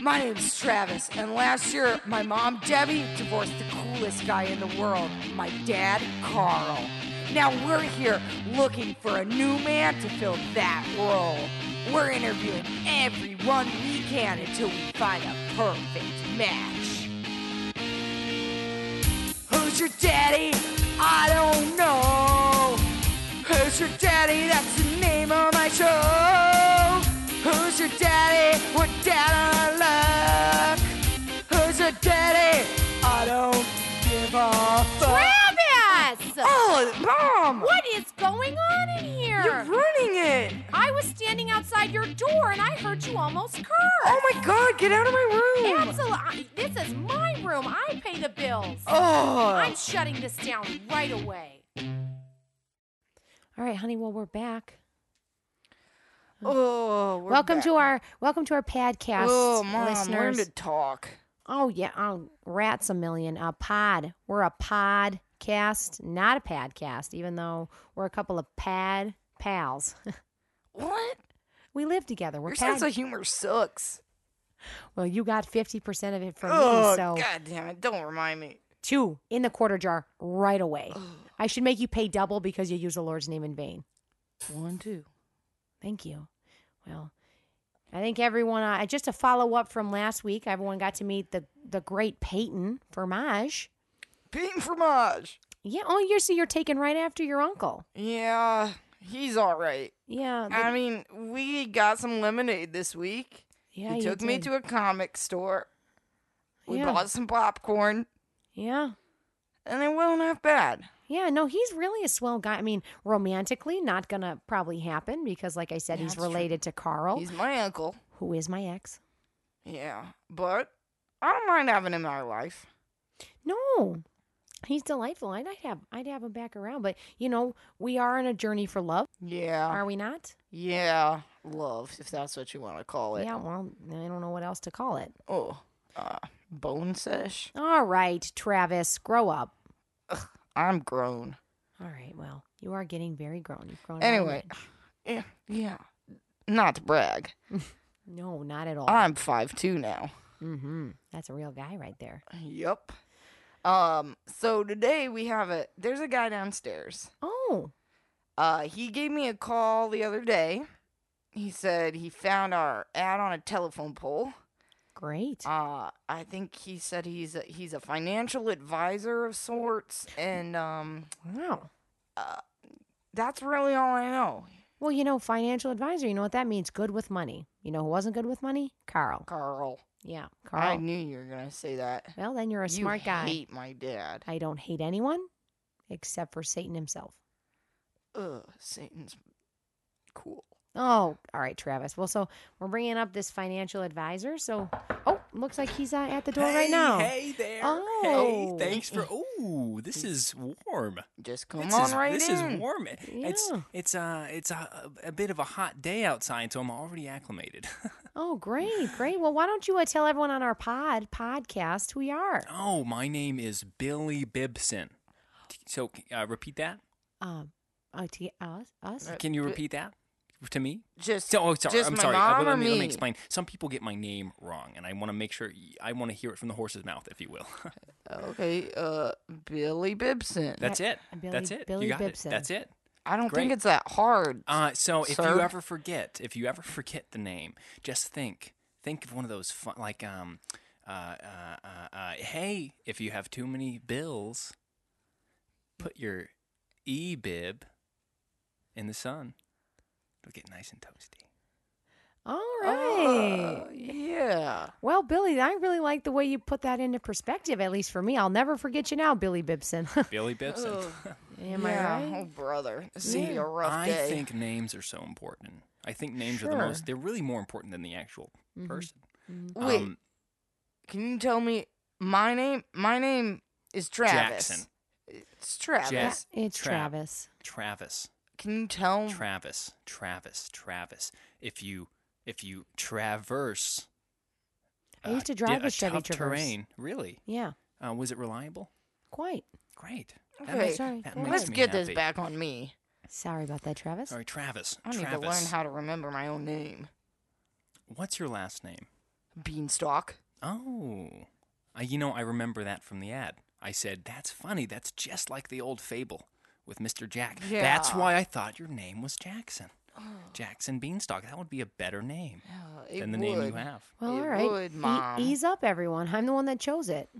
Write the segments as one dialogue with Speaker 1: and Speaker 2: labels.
Speaker 1: My name's Travis, and last year my mom, Debbie, divorced the coolest guy in the world, my dad, Carl. Now we're here looking for a new man to fill that role. We're interviewing everyone we can until we find a perfect match. Who's your daddy? I don't know. Who's your daddy? That's the name of my show. Who's your daddy? We're down on luck. Who's your daddy? I don't give a fuck.
Speaker 2: Travis!
Speaker 1: Oh, mom!
Speaker 2: What is going on in here?
Speaker 1: You're ruining it.
Speaker 2: I was standing outside your door and I heard you almost curse.
Speaker 1: Oh my god, get out of my room.
Speaker 2: Absolutely. This is my room. I pay the bills.
Speaker 1: Oh.
Speaker 2: I'm shutting this down right away. All right, honey. Well, we're back.
Speaker 1: Oh. we're
Speaker 2: welcome
Speaker 1: back.
Speaker 2: to our welcome to our podcast,
Speaker 1: Oh, mom, learn
Speaker 2: listeners.
Speaker 1: to talk.
Speaker 2: Oh yeah, oh, rats a million. A pod. We're a podcast, not a podcast. Even though we're a couple of pad pals,
Speaker 1: What?
Speaker 2: we live together. We're
Speaker 1: Your
Speaker 2: pad
Speaker 1: sense of humor sucks.
Speaker 2: Well, you got 50% of it from
Speaker 1: Oh,
Speaker 2: me, so
Speaker 1: god damn it! Don't remind me.
Speaker 2: two in the quarter jar right away. I should make you pay double because you use the Lord's name in vain.
Speaker 1: One, two.
Speaker 2: Thank you. Well, I think everyone, uh, just a follow up from last week, everyone got to meet the, the great Peyton Fromage.
Speaker 1: Peyton Fromage.
Speaker 2: Yeah, oh, you're, so you're taken right after your uncle.
Speaker 1: Yeah, he's all right.
Speaker 2: Yeah. the-
Speaker 1: I mean, we got some lemonade this week.
Speaker 2: yeah
Speaker 1: he
Speaker 2: you
Speaker 1: took me
Speaker 2: did.
Speaker 1: to a comic store. We
Speaker 2: Yeah.
Speaker 1: bought some popcorn,
Speaker 2: Yeah.
Speaker 1: and it wasn't half bad.
Speaker 2: Yeah, no, he's really a swell guy. I mean, romantically, not going to probably happen because, like I said,
Speaker 1: Yeah,
Speaker 2: he's
Speaker 1: that's true.
Speaker 2: related to Carl,
Speaker 1: He's my uncle.
Speaker 2: who is my ex.
Speaker 1: Yeah, but I don't mind having him in my life.
Speaker 2: No. He's delightful. I'd, I'd have I'd have him back around, but you know, we are on a journey for love,
Speaker 1: Yeah,
Speaker 2: are we not?
Speaker 1: yeah, love, if that's what you want to call it.
Speaker 2: Yeah, well, I don't know what else to call it.
Speaker 1: Oh, uh, bone sesh.
Speaker 2: All right, Travis, grow up.
Speaker 1: I'm grown.
Speaker 2: All right, well, you are getting very grown. You've grown. out of
Speaker 1: Anyway,
Speaker 2: it.
Speaker 1: yeah, yeah. Not to brag,
Speaker 2: No, not at all.
Speaker 1: I'm five two now.
Speaker 2: mm-hmm. That's a real guy right there.
Speaker 1: Yep. Um. So today we have a. There's a guy downstairs.
Speaker 2: Oh,
Speaker 1: Uh, he gave me a call the other day. He said he found our ad on a telephone pole.
Speaker 2: great.
Speaker 1: Uh, I think he said he's a, he's a financial advisor of sorts, and um,
Speaker 2: Wow.
Speaker 1: that's really all I know.
Speaker 2: Well, you know, financial advisor, you know what that means? Good with money. You know who wasn't good with money? Carl.
Speaker 1: Carl,
Speaker 2: Yeah,
Speaker 1: I
Speaker 2: Carl.
Speaker 1: knew you were gonna say that.
Speaker 2: well, then you're a
Speaker 1: you
Speaker 2: smart guy.
Speaker 1: Hate my dad.
Speaker 2: I don't hate anyone except for Satan himself.
Speaker 1: Ugh, Satan's cool.
Speaker 2: Oh, all right, Travis. Well, so we're bringing up this financial advisor. So, oh, looks like he's uh, at the door
Speaker 3: hey,
Speaker 2: right now.
Speaker 3: Hey there.
Speaker 2: Oh.
Speaker 3: Hey, thanks for. Oh, this is warm.
Speaker 1: Just come
Speaker 3: this
Speaker 1: on
Speaker 3: is,
Speaker 1: right
Speaker 3: This
Speaker 1: in.
Speaker 3: is warm. It's
Speaker 2: Yeah.
Speaker 3: it's uh it's a, a bit of a hot day outside, so I'm already acclimated.
Speaker 2: Oh, great, great. Well, why don't you uh, tell everyone on our pod podcast who we are?
Speaker 3: oh, my name is Billy Bibson. So uh, repeat that.
Speaker 2: Um, uh, to us, us.
Speaker 3: Can you repeat that to me?
Speaker 1: Just,
Speaker 3: So, oh, sorry.
Speaker 1: just
Speaker 3: I'm
Speaker 1: my
Speaker 3: sorry. Uh,
Speaker 1: mom
Speaker 3: let,
Speaker 1: or
Speaker 3: me,
Speaker 1: me.
Speaker 3: let me explain. Some people get my name wrong, and I want to make sure I want to hear it from the horse's mouth, if you will.
Speaker 1: Okay, uh, Billy Bibson.
Speaker 3: That's it.
Speaker 2: Billy-
Speaker 3: That's it.
Speaker 2: Billy
Speaker 3: you got
Speaker 2: Bibson.
Speaker 3: it. That's it.
Speaker 1: I don't think
Speaker 3: great.
Speaker 1: it's that hard.
Speaker 3: Uh, so if
Speaker 1: Sir?
Speaker 3: you ever forget, if you ever forget the name, just think, think of one of those fun, like, um, uh, uh, uh, uh, hey, if you have too many bills, put your e bib in the sun. It'll get nice and toasty.
Speaker 2: All right.
Speaker 1: Uh, yeah.
Speaker 2: well, Billy, I really like the way you put that into perspective. At least for me, I'll never forget you now, Billy Bibson.
Speaker 3: Billy Bibson.
Speaker 2: Am
Speaker 1: yeah.
Speaker 2: I
Speaker 1: Oh,
Speaker 2: right?
Speaker 1: brother. This is gonna be
Speaker 2: Yeah.
Speaker 1: a rough
Speaker 3: I
Speaker 1: day.
Speaker 3: think names are so important. I think names are the
Speaker 1: Sure. Mm-hmm.
Speaker 3: most. They're really more important than the actual person.
Speaker 1: Wait,
Speaker 3: Um,
Speaker 1: can you tell me my name? My name is Travis.
Speaker 3: Jackson.
Speaker 1: It's Travis.
Speaker 3: Ja-
Speaker 2: It's
Speaker 3: Tra-
Speaker 2: Travis.
Speaker 3: Travis.
Speaker 1: Can you tell?
Speaker 3: Travis, Travis, Travis. If you if you traverse, uh,
Speaker 2: I used to
Speaker 3: di-
Speaker 2: drive
Speaker 3: a
Speaker 2: with Chevy
Speaker 3: tough
Speaker 2: Traverse.
Speaker 3: terrain, really,
Speaker 2: Yeah,
Speaker 3: uh, was it reliable?
Speaker 2: quite.
Speaker 3: Great.
Speaker 1: Okay.
Speaker 2: Sorry.
Speaker 3: that
Speaker 2: Well,
Speaker 3: makes
Speaker 1: Let's
Speaker 3: me
Speaker 1: get this
Speaker 3: happy.
Speaker 1: back on me.
Speaker 2: Sorry about that, Travis.
Speaker 3: All right, Travis.
Speaker 1: I need
Speaker 3: Travis,
Speaker 1: to learn how to remember my own name.
Speaker 3: what's your last name?
Speaker 1: Beanstalk.
Speaker 3: Oh, I, you know, I remember that from the ad. I said, "That's funny. That's just like the old fable with Mr. Jack." That's
Speaker 1: Yeah.
Speaker 3: why I thought your name was Jackson. Jackson Beanstalk. That would be a better name
Speaker 1: Oh, it
Speaker 3: than the name you
Speaker 1: would.
Speaker 3: have.
Speaker 2: Well,
Speaker 1: It
Speaker 2: all right.
Speaker 1: would,
Speaker 2: E-
Speaker 1: Mom.
Speaker 2: ease up, everyone. I'm the one that chose it.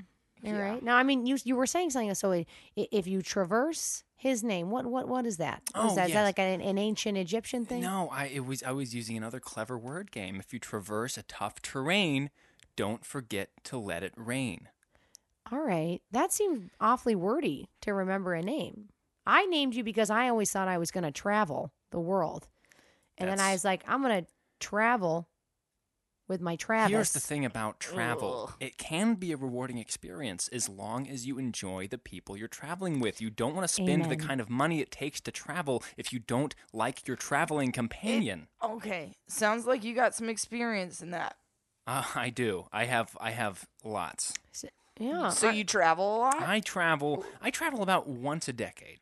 Speaker 2: All right.
Speaker 1: Yeah.
Speaker 2: Now, I mean, you you were saying something. So, i- i- if you traverse his name, what what what is that? What is
Speaker 3: Oh,
Speaker 2: that? Is that
Speaker 3: yes.
Speaker 2: like an, an ancient Egyptian thing?
Speaker 3: No, I it was I was using another clever word game. If you traverse a tough terrain, don't forget to let it rain.
Speaker 2: All right. That seemed awfully wordy to remember a name. I named you because I always thought I was going to travel the world, and then I
Speaker 3: That's-
Speaker 2: was like, I'm going to travel with my Travis.
Speaker 3: Here's the thing about travel.
Speaker 1: Ugh.
Speaker 3: It can be a rewarding experience as long as you enjoy the people you're traveling with. You don't want to spend the
Speaker 2: Amen.
Speaker 3: kind of money it takes to travel if you don't like your traveling companion.
Speaker 1: Okay, sounds like you got some experience in that.
Speaker 3: Uh, I do. I have I have lots.
Speaker 2: So- yeah.
Speaker 1: So you travel a lot.
Speaker 3: I travel I travel about once a decade.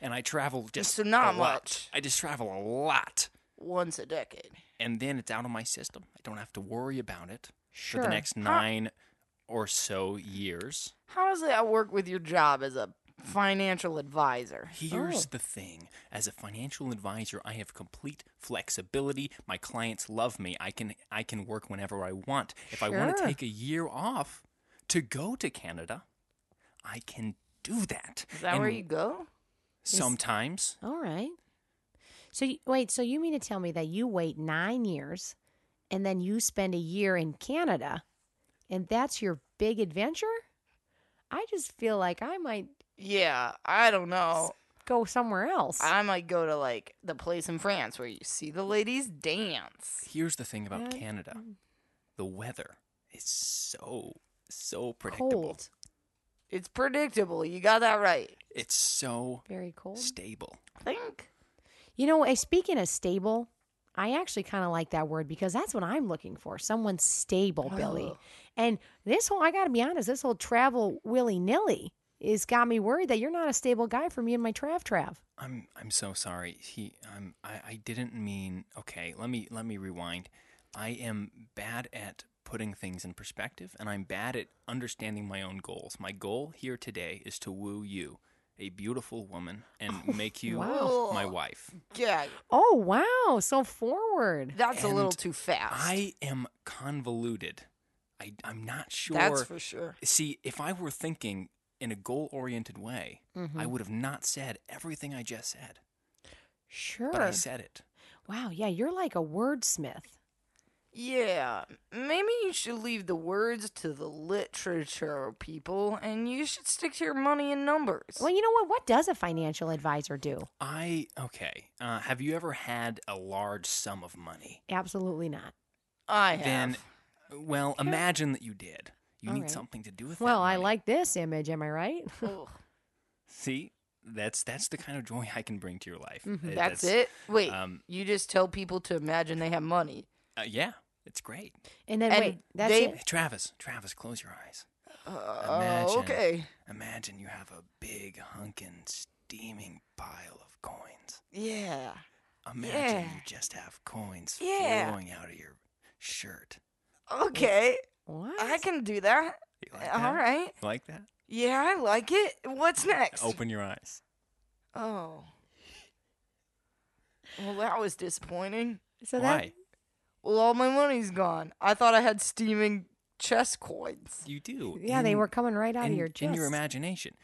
Speaker 3: And I travel just
Speaker 1: So not
Speaker 3: a lot.
Speaker 1: much.
Speaker 3: I just travel a lot.
Speaker 1: Once a decade.
Speaker 3: and then it's out of my system. I don't have to worry about it
Speaker 2: sure.
Speaker 3: for the next nine or so years.
Speaker 1: How does that work with your job as a financial advisor?
Speaker 3: Here's
Speaker 2: Oh.
Speaker 3: the thing as a financial advisor, I have complete flexibility. My clients love me. I can, I can work whenever I want. If I want to
Speaker 2: Sure.
Speaker 3: take a year off to go to Canada, I can do that.
Speaker 1: Is that
Speaker 3: And
Speaker 1: where you go?
Speaker 3: Sometimes.
Speaker 2: All right. So you, wait, so you mean to tell me that you wait 9 years and then you spend a year in Canada and that's your big adventure? I just feel like I might
Speaker 1: Yeah, I don't know.
Speaker 2: go somewhere else.
Speaker 1: I might go to like the place in France where you see the ladies dance.
Speaker 3: Here's the thing about
Speaker 2: Yeah.
Speaker 3: Canada the weather is so, so predictable.
Speaker 2: cold.
Speaker 1: It's predictable. You got that right.
Speaker 3: It's so
Speaker 2: Very cold.
Speaker 3: stable.
Speaker 1: I think.
Speaker 2: You know, eh, speaking of stable, I actually kind of like that word because that's what I'm looking for. Someone stable, Billy.
Speaker 1: Oh.
Speaker 2: And this whole, I got to be honest, this whole travel willy nilly is got me worried that you're not a stable guy for me and my Trav Trav.
Speaker 3: I'm I'm so sorry. He I'm I, I didn't mean okay, let me let me rewind. I am bad at putting things in perspective and I'm bad at understanding my own goals. My goal here today is to woo you, a beautiful woman, and make you
Speaker 1: Oh, wow.
Speaker 3: my wife.
Speaker 1: Yeah,
Speaker 2: Oh wow, so forward.
Speaker 1: that's a little
Speaker 3: And
Speaker 1: too fast.
Speaker 3: I am convoluted. I I'm not sure
Speaker 1: That's for sure.
Speaker 3: See, if I were thinking in a goal-oriented way, I
Speaker 1: Mm-hmm.
Speaker 3: would have not said everything I just said, but I
Speaker 2: Sure.
Speaker 3: said it.
Speaker 2: Wow, yeah, you're like a wordsmith.
Speaker 1: Yeah, maybe you should leave the words to the literature people, and you should stick to your money and numbers.
Speaker 2: Well, you know what? What does a financial advisor do?
Speaker 3: I okay. Uh, have you ever had a large sum of money?
Speaker 2: Absolutely not.
Speaker 1: I have.
Speaker 3: Then, well, imagine that you did. You
Speaker 2: All
Speaker 3: need
Speaker 2: right.
Speaker 3: something to do with.
Speaker 2: Well,
Speaker 3: that
Speaker 2: I
Speaker 3: money.
Speaker 2: like this image, am I right?
Speaker 1: Ugh,
Speaker 3: See, that's that's the kind of joy I can bring to your life.
Speaker 2: Mm-hmm,
Speaker 3: Uh,
Speaker 1: that's, it. Wait,
Speaker 3: um,
Speaker 1: you just tell people to imagine they have money.
Speaker 3: uh, yeah, it's great.
Speaker 2: And then
Speaker 1: And
Speaker 2: wait, that's
Speaker 1: they-
Speaker 2: it.
Speaker 3: Hey, Travis, Travis, close your eyes.
Speaker 1: Oh,
Speaker 3: Imagine.
Speaker 1: okay.
Speaker 3: Imagine you have a big hunkin' steaming pile of coins.
Speaker 1: Yeah.
Speaker 3: Imagine
Speaker 1: Yeah.
Speaker 3: you just have coins
Speaker 1: Yeah.
Speaker 3: flowing out of your shirt.
Speaker 1: Okay.
Speaker 2: What?
Speaker 1: I can do that.
Speaker 3: You
Speaker 2: Uh,
Speaker 3: like that?
Speaker 1: All right.
Speaker 3: You like that?
Speaker 1: Yeah, I like it. What's next?
Speaker 3: Open your eyes.
Speaker 1: Oh. Well, that was disappointing.
Speaker 2: so that
Speaker 3: Why?
Speaker 1: Well, all my money's gone. I thought I had steaming chess coins.
Speaker 3: You do.
Speaker 2: yeah, they
Speaker 3: in-
Speaker 2: were coming right out
Speaker 3: in,
Speaker 2: of your chest.
Speaker 3: in your imagination.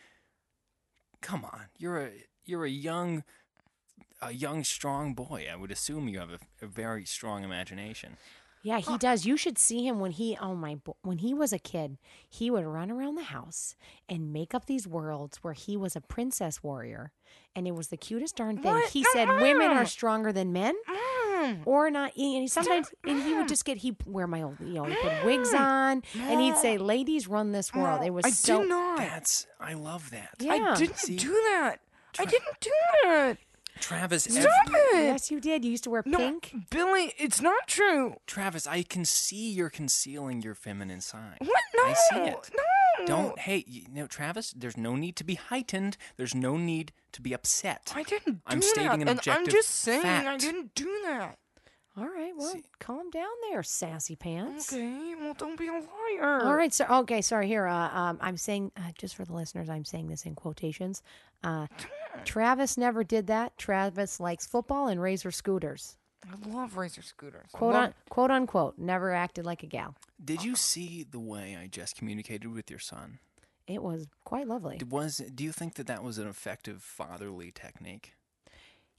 Speaker 3: Come on, you're a you're a young, a young strong boy. I would assume you have a, a very strong imagination.
Speaker 2: Yeah, he does. You should see him when he oh my bo- when he was a kid, he would run around the house and make up these worlds where he was a princess warrior and it was the cutest darn thing.
Speaker 1: What?
Speaker 2: He said women
Speaker 1: Uh-uh.
Speaker 2: are stronger than men
Speaker 1: Mm.
Speaker 2: or not and he sometimes and he would just get he wear my old you know, he put wigs on and he'd say ladies run this world. It was
Speaker 1: Oh, I
Speaker 2: so
Speaker 1: did not.
Speaker 3: That's I love that.
Speaker 2: Yeah.
Speaker 1: I didn't
Speaker 3: See?
Speaker 1: do that. I didn't do that.
Speaker 3: Travis, ev-
Speaker 1: Stop it.
Speaker 2: Yes, you did. You used to wear
Speaker 1: No,
Speaker 2: pink.
Speaker 1: Billy, it's not true.
Speaker 3: Travis, I can see you're concealing your feminine side.
Speaker 1: What? No.
Speaker 3: I see it.
Speaker 1: No.
Speaker 3: Don't hey, you know, Travis. There's no need to be heightened. There's no need to be upset.
Speaker 1: I didn't do
Speaker 3: I'm
Speaker 1: that.
Speaker 3: stating an
Speaker 1: and I'm
Speaker 3: objective
Speaker 1: just saying I
Speaker 3: fact.
Speaker 1: didn't do that.
Speaker 2: All right. Well,
Speaker 3: See-
Speaker 2: calm down there, sassy pants.
Speaker 1: Okay, well, don't be a liar.
Speaker 2: All right, so okay, sorry. Here, uh, um, I'm saying uh, just for the listeners, I'm saying this in quotations. Uh, Travis never did that. Travis likes football and razor scooters.
Speaker 1: I love razor scooters. I
Speaker 2: Quote
Speaker 1: love-
Speaker 2: on, quote unquote. Never acted like a gal.
Speaker 3: Did you see the way I just communicated with your son?
Speaker 2: It was quite lovely.
Speaker 3: D- Was do you think that that was an effective fatherly technique?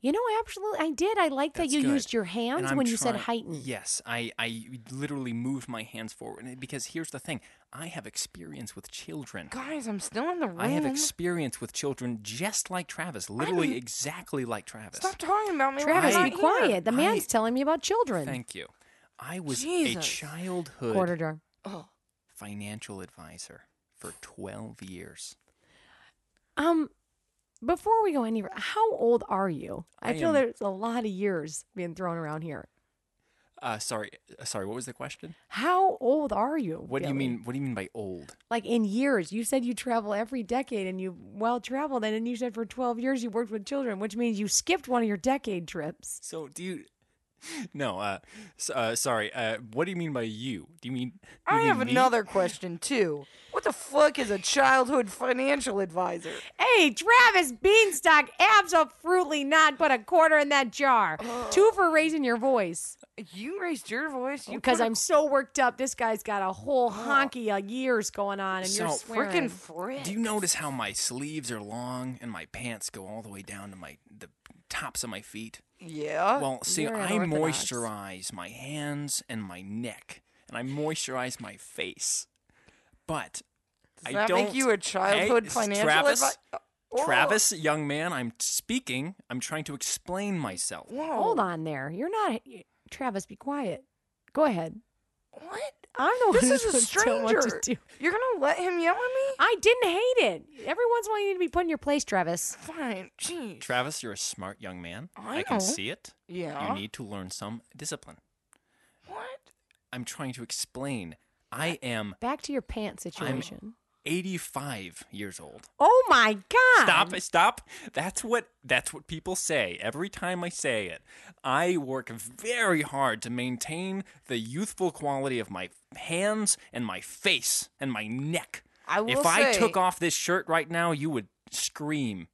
Speaker 2: You know, absolutely, I did. I like that
Speaker 3: That's
Speaker 2: you
Speaker 3: good.
Speaker 2: used your
Speaker 3: And
Speaker 2: hands
Speaker 3: I'm
Speaker 2: when you said
Speaker 3: trying-
Speaker 2: heighten.
Speaker 3: Yes, I, I literally moved my hands forward and- because here's the thing: I have experience with children.
Speaker 1: Guys, I'm still in the room.
Speaker 3: I have experience with children just like Travis, literally
Speaker 1: I'm-
Speaker 3: exactly like Travis.
Speaker 1: Stop talking about me. when
Speaker 2: Travis,
Speaker 1: I'm
Speaker 2: be
Speaker 1: not
Speaker 2: quiet.
Speaker 1: here.
Speaker 2: The man's
Speaker 3: I-
Speaker 2: telling me about children.
Speaker 3: Thank you. I was a
Speaker 1: Jesus.
Speaker 3: childhood
Speaker 2: Quarter jar.
Speaker 1: Oh,
Speaker 3: financial advisor for 12 years.
Speaker 2: Um, before we go any, fur- how old are you? I,
Speaker 3: I
Speaker 2: feel
Speaker 3: am-
Speaker 2: there's a lot of years being thrown around here.
Speaker 3: Uh, sorry, uh, sorry. What was the question?
Speaker 2: How old are you?
Speaker 3: What do you
Speaker 2: Billy?
Speaker 3: mean? What do you mean by old?
Speaker 2: Like in years, you said you travel every decade and you well traveled, and then you said for twelve years you worked with children, which means you skipped one of your decade trips.
Speaker 3: So do you? No, uh, s- uh, sorry. Uh, what do you mean by you? Do you mean? you
Speaker 1: I
Speaker 3: mean
Speaker 1: have
Speaker 3: me?
Speaker 1: another question too. What the fuck is a childhood financial advisor?
Speaker 2: Hey, Travis Beanstalk, absolutely not. Put a quarter in that jar. Two for raising your voice
Speaker 1: You raised your voice. You
Speaker 2: because
Speaker 1: put a
Speaker 2: I'm so worked up. This guy's got a whole honky of years going on, and you're
Speaker 3: So
Speaker 2: swearing.
Speaker 1: freaking frick.
Speaker 3: Do you notice how my sleeves are long and my pants go all the way down to my the tops of my feet?
Speaker 1: yeah.
Speaker 3: Well, see,
Speaker 2: you're
Speaker 3: I
Speaker 2: unorthodox.
Speaker 3: moisturize my hands and my neck, and I moisturize my face. But
Speaker 1: Does
Speaker 3: I
Speaker 1: that
Speaker 3: don't
Speaker 1: make you a childhood
Speaker 3: Hey, s-
Speaker 1: financial uh, Oh.
Speaker 3: Travis,
Speaker 1: advisor?
Speaker 3: Travis, young man, I'm speaking. I'm trying to explain myself.
Speaker 1: Whoa.
Speaker 2: Hold on there. You're not Travis, be quiet. Go ahead.
Speaker 1: What?
Speaker 2: I'm the one
Speaker 1: This
Speaker 2: who
Speaker 1: is a
Speaker 2: doesn't know what to
Speaker 1: stranger.
Speaker 2: do.
Speaker 1: You're gonna let him yell at me?
Speaker 2: I didn't hate it. Every once in a while you need to be put in your place, Travis.
Speaker 1: Fine. Jeez.
Speaker 3: Travis, you're a smart young man.
Speaker 1: I
Speaker 3: can
Speaker 1: know.
Speaker 3: see it.
Speaker 1: yeah.
Speaker 3: You need to learn some discipline.
Speaker 1: what?
Speaker 3: I'm trying to explain. I am
Speaker 2: Back to your pants situation.
Speaker 3: 85 years old.
Speaker 2: Oh my god.
Speaker 3: Stop! Stop! That's what that's what people say every time I say it. I work very hard to maintain the youthful quality of my hands and my face and my neck.
Speaker 1: I will
Speaker 3: if I
Speaker 1: say-
Speaker 3: took off this shirt right now, you would scream.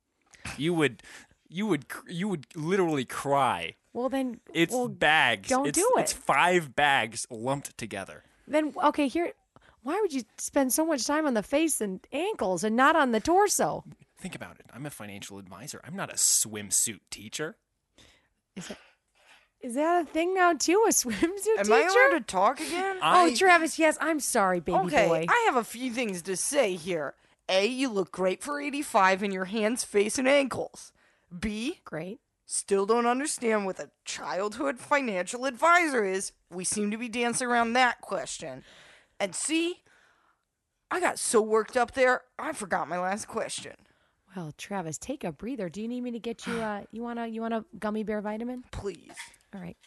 Speaker 3: You would, you would, cr- you would literally cry.
Speaker 2: Well then
Speaker 3: It's
Speaker 2: well,
Speaker 3: bags.
Speaker 2: don't
Speaker 3: It's-
Speaker 2: do
Speaker 3: It's
Speaker 2: it.
Speaker 3: five bags lumped together.
Speaker 2: then okay, here why would you spend so much time on the face and ankles and not on the torso?
Speaker 3: Think about it. I'm a financial advisor. I'm not a swimsuit teacher.
Speaker 2: Is that a thing now too? A swimsuit
Speaker 1: Am
Speaker 2: teacher?
Speaker 1: I allowed to talk again?
Speaker 2: oh,
Speaker 3: I-
Speaker 2: Travis, yes, I'm sorry, baby
Speaker 1: okay,
Speaker 2: boy.
Speaker 1: I have a few things to say here. A, you look great for 85 in your hands, face, and ankles. B,
Speaker 2: Great.
Speaker 1: still don't understand what a childhood financial advisor is. We seem to be dancing around that question. And C, I got so worked up there, I forgot my last question.
Speaker 2: Well, Travis, take a breather. Do you need me to get you uh you want to you want a gummy bear vitamin?
Speaker 1: Please.
Speaker 2: All right.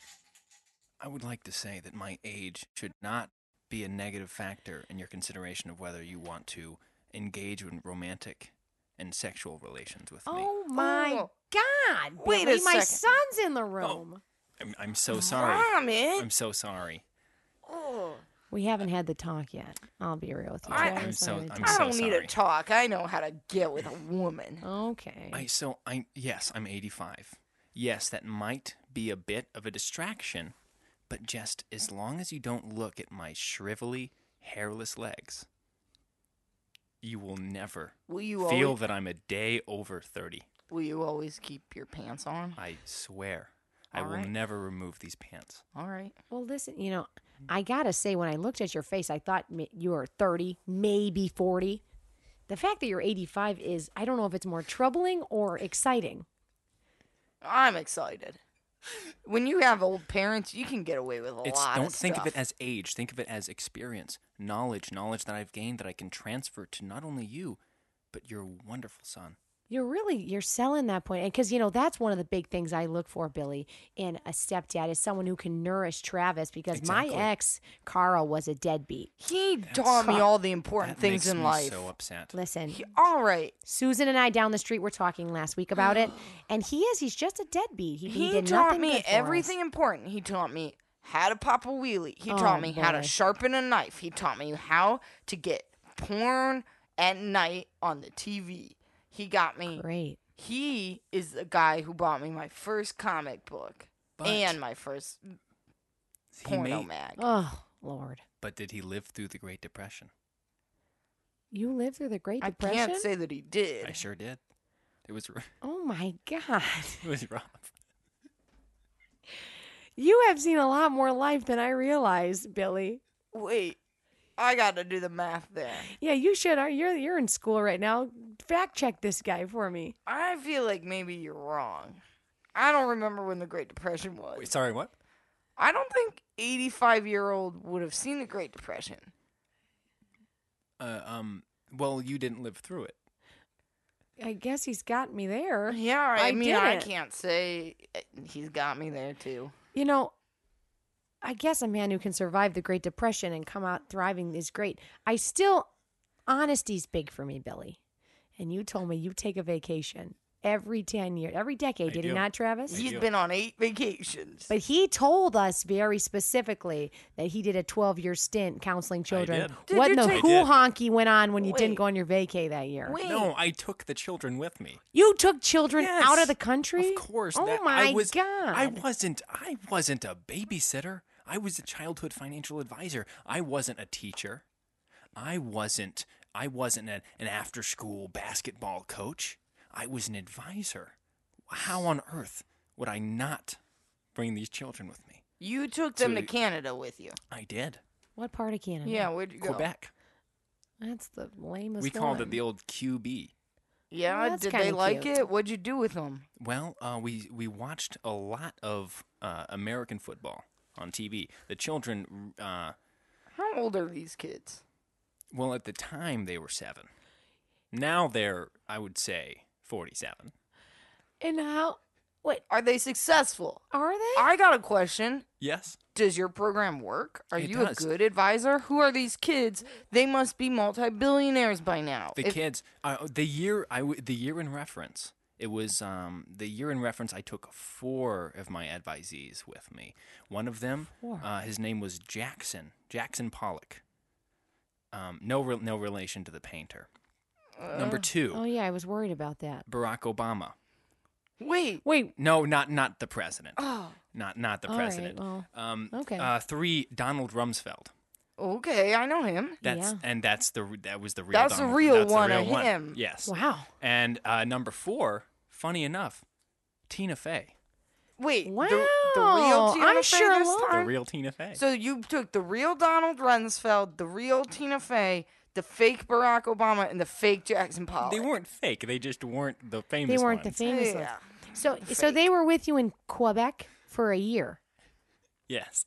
Speaker 3: I would like to say that my age should not be a negative factor in your consideration of whether you want to engage in romantic and sexual relations with me.
Speaker 2: Oh my
Speaker 1: Oh.
Speaker 2: God!
Speaker 1: Wait a
Speaker 2: Billy, My
Speaker 1: second. Oh.
Speaker 2: son's in the room.
Speaker 3: I'm, I'm so Oh, sorry.
Speaker 1: Mom, it. Oh.
Speaker 3: I'm so sorry.
Speaker 1: Ugh.
Speaker 2: We haven't had the talk yet. I'll be real with you.
Speaker 1: I-
Speaker 2: Travis,
Speaker 3: I'm so-
Speaker 2: haven't had
Speaker 3: I'm
Speaker 1: I
Speaker 3: so
Speaker 1: don't need to
Speaker 3: sorry.
Speaker 1: talk. I know how to get with a woman.
Speaker 2: the talk. okay.
Speaker 3: I so I yes, I'm 85. Yes, that might be a bit of a distraction, but just as long as you don't look at my shrivelly, hairless legs, you will never
Speaker 1: Will you
Speaker 3: feel
Speaker 1: always,
Speaker 3: that I'm a day over 30.
Speaker 1: will you always keep your pants on?
Speaker 3: I swear. I
Speaker 1: All
Speaker 3: will
Speaker 1: right.
Speaker 3: never remove these pants.
Speaker 1: All right.
Speaker 2: well, listen. You know, I gotta say, when I looked at your face, I thought ma- you were thirty, maybe forty. The fact that you're 85 is, I don't know if it's more troubling or exciting.
Speaker 1: I'm excited. When you have old parents, you can get away with a
Speaker 3: It's
Speaker 1: lot
Speaker 3: don't
Speaker 1: of
Speaker 3: think of
Speaker 1: stuff.
Speaker 3: it as age, think of it as experience, knowledge, knowledge that I've gained that I can transfer to not only you, but your wonderful son.
Speaker 2: You're really you're selling that point, and because you know that's one of the big things I look for, Billy, in a stepdad is someone who can nourish Travis. Because
Speaker 3: Exactly.
Speaker 2: my ex Carl was a deadbeat.
Speaker 1: He taught me all the important
Speaker 3: That
Speaker 1: things
Speaker 3: makes
Speaker 1: in
Speaker 3: me
Speaker 1: life.
Speaker 3: So upset.
Speaker 2: Listen,
Speaker 1: He- all right.
Speaker 2: Susan and I down the street were talking last week about it, and he is he's just a deadbeat. He,
Speaker 1: He,
Speaker 2: did
Speaker 1: taught
Speaker 2: nothing
Speaker 1: me
Speaker 2: good for us.
Speaker 1: everything important. He taught me how to pop a wheelie. He
Speaker 2: Oh,
Speaker 1: taught me how
Speaker 2: boy.
Speaker 1: to sharpen a knife. He taught me how to get porn at night on the TV. He got me.
Speaker 2: Great.
Speaker 1: He is the guy who bought me my first comic book
Speaker 3: But
Speaker 1: and my first
Speaker 3: he
Speaker 1: porno
Speaker 3: may,
Speaker 1: mag.
Speaker 2: Oh Lord,
Speaker 3: but did he live through the Great Depression?
Speaker 2: you lived through the Great
Speaker 1: I
Speaker 2: Depression.
Speaker 1: can't say that he did.
Speaker 3: I sure did. It was r-
Speaker 2: oh my God,
Speaker 3: it was rough.
Speaker 2: you have seen a lot more life than I realized, Billy.
Speaker 1: Wait, I got to do the math there.
Speaker 2: Yeah, you should. Are you're you're in school right now? Fact check this guy for me.
Speaker 1: I feel like maybe you're wrong. I don't remember when the Great Depression was.
Speaker 3: Wait, sorry, what?
Speaker 1: I don't think 85 year old would have seen the Great Depression.
Speaker 3: Uh, um. Well, you didn't live through it.
Speaker 2: I guess he's got me there.
Speaker 1: Yeah, I,
Speaker 2: I
Speaker 1: mean, I
Speaker 2: didn't.
Speaker 1: can't say eh, he's got me there too.
Speaker 2: You know, I guess a man who can survive the Great Depression and come out thriving is great. I still, honesty's big for me, Billy. And you told me you take a vacation every 10 years, every decade,
Speaker 3: I
Speaker 2: did he
Speaker 3: do.
Speaker 2: not, Travis?
Speaker 1: He's
Speaker 3: do.
Speaker 1: been on eight vacations.
Speaker 2: But he told us very specifically that he did a 12 year stint counseling children.
Speaker 3: did.
Speaker 1: Did
Speaker 2: what
Speaker 1: you
Speaker 2: in the
Speaker 1: take- I
Speaker 2: hoo
Speaker 3: did.
Speaker 2: honky went on when you didn't
Speaker 1: Wait.
Speaker 2: go on your vacay that year?
Speaker 1: Wait,
Speaker 3: No, I took the children with me.
Speaker 2: You took children out of
Speaker 3: Yes,
Speaker 2: the country?
Speaker 3: Of course.
Speaker 2: Oh
Speaker 3: that-
Speaker 2: my
Speaker 3: I was,
Speaker 2: God.
Speaker 3: I wasn't. I wasn't a babysitter. I was a childhood financial advisor. I wasn't a teacher. I wasn't. I wasn't a, an after-school basketball coach. I was an advisor. How on earth would I not bring these children with me?
Speaker 1: you took them to
Speaker 3: To-
Speaker 1: Canada with you.
Speaker 3: I did.
Speaker 2: what part of Canada?
Speaker 1: Yeah, where'd you go?
Speaker 3: Quebec.
Speaker 2: That's the lamest
Speaker 3: we called
Speaker 2: one.
Speaker 3: it the old QB.
Speaker 1: Yeah,
Speaker 2: Well, that's
Speaker 1: did they
Speaker 2: kinda
Speaker 1: like
Speaker 2: cute.
Speaker 1: it? What'd you do with them?
Speaker 3: Well, uh, we we watched a lot of uh, American football on TV. The children. Uh,
Speaker 1: How old are these kids?
Speaker 3: Well, at the time they were seven. Now they're, I would say, forty-seven.
Speaker 2: And how? What
Speaker 1: Are they successful?
Speaker 2: are they?
Speaker 1: I got a question.
Speaker 3: Yes.
Speaker 1: Does your program work? Are
Speaker 3: It
Speaker 1: you
Speaker 3: does.
Speaker 1: a good advisor? Who are these kids? They must be multi billionaires by now.
Speaker 3: The
Speaker 1: If-
Speaker 3: kids. Uh, the year I w- the year in reference. It was um, the year in reference. I took four of my advisees with me. One of them, uh, his name was Jackson Jackson Pollock. Um, no, re- no relation to the painter. Number two,
Speaker 2: oh yeah, I was worried about that.
Speaker 3: Barack Obama.
Speaker 1: Wait,
Speaker 2: Wait,
Speaker 3: No, not not the president.
Speaker 1: Oh.
Speaker 3: Not not the
Speaker 2: All right,
Speaker 3: president.
Speaker 2: well,
Speaker 3: um,
Speaker 2: okay.
Speaker 3: Uh, three, Donald Rumsfeld.
Speaker 1: okay, I know him.
Speaker 3: That's
Speaker 2: Yeah.
Speaker 3: and that's the that was the real.
Speaker 1: That's the
Speaker 3: Donald-
Speaker 1: real
Speaker 3: that's the
Speaker 1: one
Speaker 3: real
Speaker 1: of him.
Speaker 3: Yes.
Speaker 2: wow,
Speaker 3: And uh, number four, funny enough, Tina Fey,
Speaker 1: Wait,
Speaker 2: wow.
Speaker 1: the, the real Tina
Speaker 2: I'm
Speaker 1: Fey
Speaker 2: sure.
Speaker 1: this
Speaker 2: lo-
Speaker 3: the
Speaker 1: time?
Speaker 3: real Tina Fey.
Speaker 1: So you took the real Donald Rumsfeld, the real Tina Fey, the fake Barack Obama, and the fake Jackson Pollock.
Speaker 3: they weren't fake. They just weren't the famous.
Speaker 2: they weren't the
Speaker 3: ones.
Speaker 2: famous ones.
Speaker 1: Yeah.
Speaker 2: So, so they were with you in Quebec for a year,
Speaker 3: Yes.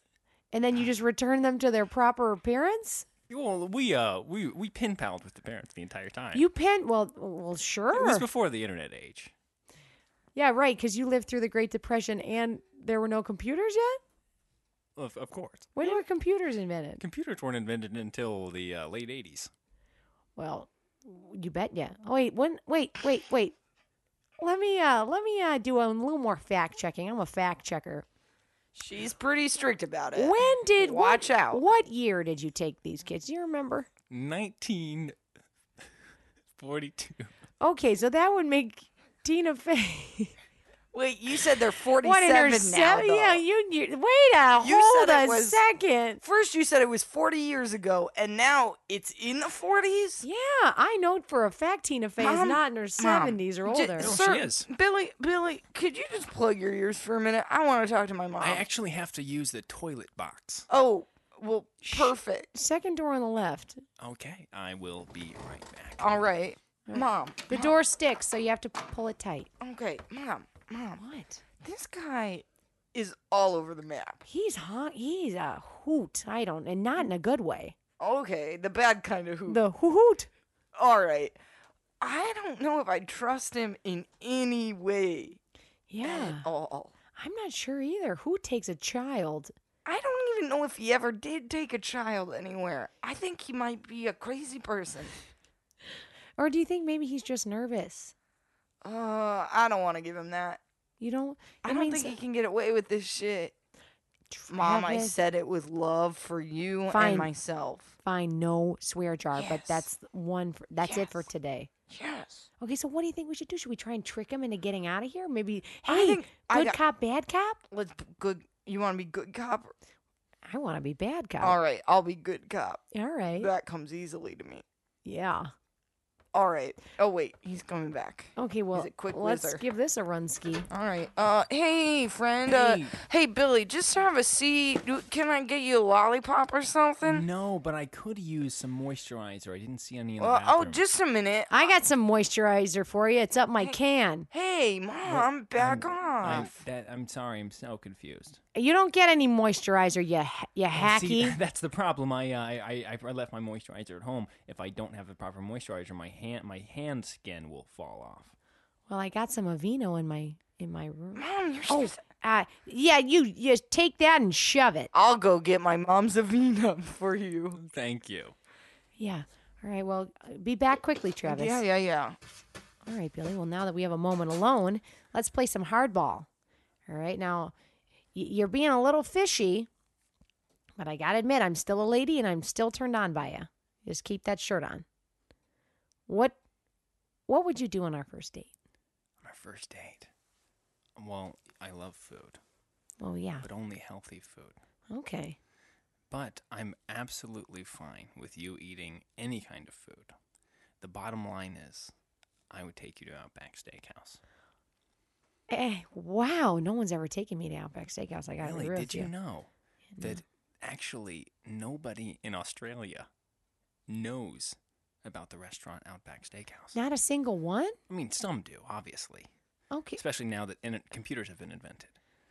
Speaker 2: and then you just returned them to their proper parents.
Speaker 3: Well, we uh we we pin palled with the parents the entire time.
Speaker 2: You penned well, well,
Speaker 3: It was
Speaker 2: sure.
Speaker 3: before the internet age.
Speaker 2: yeah, right. Because you lived through the Great Depression, and there were no computers yet.
Speaker 3: Of, of course,
Speaker 2: When were computers invented?
Speaker 3: computers weren't invented until the uh, late '80s.
Speaker 2: Well, you bet yeah. Oh wait, one wait, wait, wait. Let me uh let me uh do a little more fact checking. I'm a fact checker.
Speaker 1: She's pretty strict about it.
Speaker 2: When did what-
Speaker 1: Watch out.
Speaker 2: What year did you take these kids? Do you remember?
Speaker 3: 1942.
Speaker 2: Okay, so that would make Tina Fey.
Speaker 1: Wait, you said they're
Speaker 2: What in her
Speaker 1: 47 now.
Speaker 2: seven?
Speaker 1: though.
Speaker 2: Yeah, you, you wait a
Speaker 1: You
Speaker 2: hold
Speaker 1: said
Speaker 2: a
Speaker 1: it was-
Speaker 2: second.
Speaker 1: First you said it was 40 years ago, and now it's in the 40s?
Speaker 2: Yeah, I know for a fact Tina Fey is
Speaker 1: Mom,
Speaker 2: not in her seventies or
Speaker 1: J-
Speaker 2: older.
Speaker 3: No, Oh, she
Speaker 1: sir,
Speaker 3: is.
Speaker 1: Billy, Billy, could you just plug your ears for a minute? I want to talk to my mom.
Speaker 3: I actually have to use the toilet box.
Speaker 1: oh, well, perfect.
Speaker 2: Second door on the left.
Speaker 3: Okay, I will be right back.
Speaker 1: All right. Mom.
Speaker 2: The door sticks, so you have to pull it tight.
Speaker 1: Okay, mom, mom.
Speaker 2: What?
Speaker 1: This guy is all over the map.
Speaker 2: He's hot. He's a hoot. I don't, and not in a good way.
Speaker 1: Okay, the bad kind of who.
Speaker 2: The hoot.
Speaker 1: all right. I don't know if I trust him in any way
Speaker 2: Yeah.
Speaker 1: at all.
Speaker 2: I'm not sure either. Who takes a child?
Speaker 1: I don't even know if he ever did take a child anywhere. I think he might be a crazy person.
Speaker 2: Or do you think maybe he's just nervous?
Speaker 1: Uh, I don't want to give him that.
Speaker 2: You don't.
Speaker 1: I don't think he can get away with this shit. Mom, I said it with love for you
Speaker 2: Fine.
Speaker 1: and myself.
Speaker 2: Fine, no swear jar, but
Speaker 1: Yes.
Speaker 2: that's one. For, that's it for
Speaker 1: Yes.
Speaker 2: today.
Speaker 1: Yes.
Speaker 2: Okay, so what do you think we should do? Should we try and trick him into getting out of here? Maybe,
Speaker 1: I
Speaker 2: hey,
Speaker 1: think I
Speaker 2: good
Speaker 1: got-
Speaker 2: cop, bad cop?
Speaker 1: Let's b- good. You want to be good cop?
Speaker 2: I want to be bad cop.
Speaker 1: All right, I'll be good cop.
Speaker 2: All right.
Speaker 1: That comes easily to me.
Speaker 2: Yeah.
Speaker 1: All right. Oh wait, he's coming back.
Speaker 2: Okay, well,
Speaker 1: a quick
Speaker 2: let's
Speaker 1: whizzer.
Speaker 2: give this a run ski.
Speaker 1: All right. Uh, hey friend. Hey, uh,
Speaker 3: Hey.
Speaker 1: hey Billy, just have a seat. Do- Can I get you a lollipop or something?
Speaker 3: No, but I could use some moisturizer. I didn't see any in the
Speaker 1: Well, oh,
Speaker 3: bathroom.
Speaker 1: just a minute.
Speaker 2: I got some moisturizer for you. It's up my can.
Speaker 1: Hey, mom, back
Speaker 3: I'm- I'm,
Speaker 1: off.
Speaker 3: that, I'm sorry. I'm so confused.
Speaker 2: You don't get any moisturizer, you ha- you hacky.
Speaker 3: See, that's the problem. I, uh, I I I left my moisturizer at home. If I don't have the proper moisturizer, my hand my hand skin will fall off.
Speaker 2: Well, I got some Aveeno in my in my room.
Speaker 1: Mom, you're.
Speaker 2: Oh,
Speaker 1: supposed to-
Speaker 2: uh, yeah, you you take that and shove it.
Speaker 1: I'll go get my mom's Avena for you.
Speaker 3: Thank you.
Speaker 2: Yeah. All right. Well, be back quickly, Travis.
Speaker 1: Yeah, yeah, yeah.
Speaker 2: All right, Billy. Well, now that we have a moment alone, let's play some hardball. All right. Now, y- you're being a little fishy, but I gotta admit, I'm still a lady and I'm still turned on by you. Just keep that shirt on. What What would you do on our first date?
Speaker 3: On our first date. Well, I love food,
Speaker 2: Oh yeah.
Speaker 3: but only healthy food.
Speaker 2: Okay.
Speaker 3: But I'm absolutely fine with you eating any kind of food. The bottom line is, I would take you to Outback Steakhouse.
Speaker 2: Eh, wow. No one's ever taken me to Outback Steakhouse. I gotta
Speaker 3: Really?
Speaker 2: be real
Speaker 3: Did
Speaker 2: with
Speaker 3: you know that actually nobody in Australia knows about the restaurant Outback Steakhouse?
Speaker 2: Not a single one.
Speaker 3: I mean, some do, obviously,
Speaker 2: Okay.
Speaker 3: especially now that in- computers have been invented.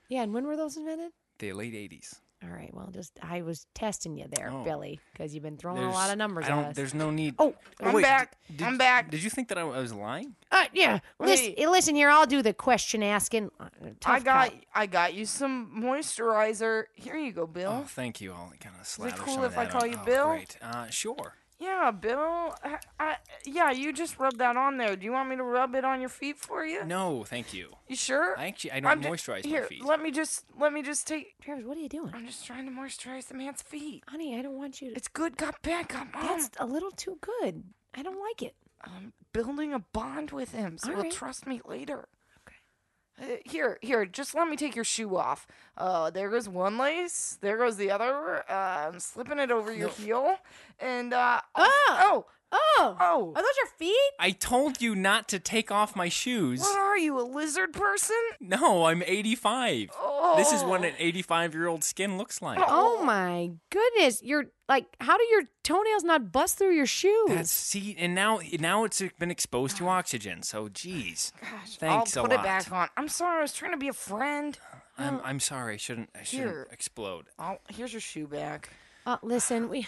Speaker 2: Yeah. And when were those invented?
Speaker 3: The late 80s.
Speaker 2: All right. Well, just I was testing you there,
Speaker 3: Oh.
Speaker 2: Billy, because you've been throwing a
Speaker 3: There's-
Speaker 2: lot of numbers
Speaker 3: I don't,
Speaker 2: at us.
Speaker 3: There's no need.
Speaker 2: Oh,
Speaker 1: I'm
Speaker 3: wait,
Speaker 1: back.
Speaker 3: did-
Speaker 1: I'm back.
Speaker 3: Did you think that I, I was lying?
Speaker 2: Uh, yeah. Listen, eh,
Speaker 1: Hey.
Speaker 2: listen here. I'll do the question asking. Uh,
Speaker 1: I
Speaker 2: tough
Speaker 1: got
Speaker 2: call.
Speaker 1: I got you some moisturizer. Here you go, Bill.
Speaker 3: Oh, thank you. I'll kind of slather
Speaker 1: cool
Speaker 3: some of
Speaker 1: if I
Speaker 3: that
Speaker 1: call
Speaker 3: on.
Speaker 1: you
Speaker 3: Oh,
Speaker 1: Bill?
Speaker 3: Great. Uh, sure.
Speaker 1: Yeah, Bill. I, I, yeah, you just rubbed that on there. Do you want me to rub it on your feet for you?
Speaker 3: No, thank you.
Speaker 1: You sure?
Speaker 3: I actually I
Speaker 1: I'm
Speaker 3: don't
Speaker 1: ju-
Speaker 3: moisturize
Speaker 1: here,
Speaker 3: my feet.
Speaker 1: Let me just let me just take.
Speaker 2: Travis, what are you doing,
Speaker 1: I'm just trying to moisturize the man's feet.
Speaker 2: honey? I don't want you to.
Speaker 1: It's good cop bad cop. Mom.
Speaker 2: That's a little too good. I don't like it.
Speaker 1: I'm um, building a bond with him, so
Speaker 2: All
Speaker 1: he'll
Speaker 2: right.
Speaker 1: trust me later. Okay. Uh, here, here. Just let me take your shoe off. Uh, there goes one lace. There goes the other. Uh, I'm slipping it over your heel, and uh, oh,
Speaker 2: Oh,
Speaker 1: oh,
Speaker 2: those your feet?
Speaker 3: I told you not to take off my shoes.
Speaker 1: What are you, a lizard person?
Speaker 3: No, I'm 85. This is what an 85 year old skin looks like.
Speaker 2: Oh my goodness! You're like, how do your toenails not bust through your shoes?
Speaker 3: That's see, and now now it's uh, been exposed
Speaker 2: Oh.
Speaker 3: to oxygen. So, geez.
Speaker 1: Gosh,
Speaker 3: Thanks
Speaker 1: I'll
Speaker 3: a
Speaker 1: put
Speaker 3: lot.
Speaker 1: it back on. I'm sorry, I was trying to be a friend.
Speaker 2: Oh.
Speaker 3: I'm I'm sorry. I shouldn't I shouldn't
Speaker 1: Here.
Speaker 3: explode.
Speaker 1: Oh, here's your shoe back.
Speaker 2: Uh, listen, we,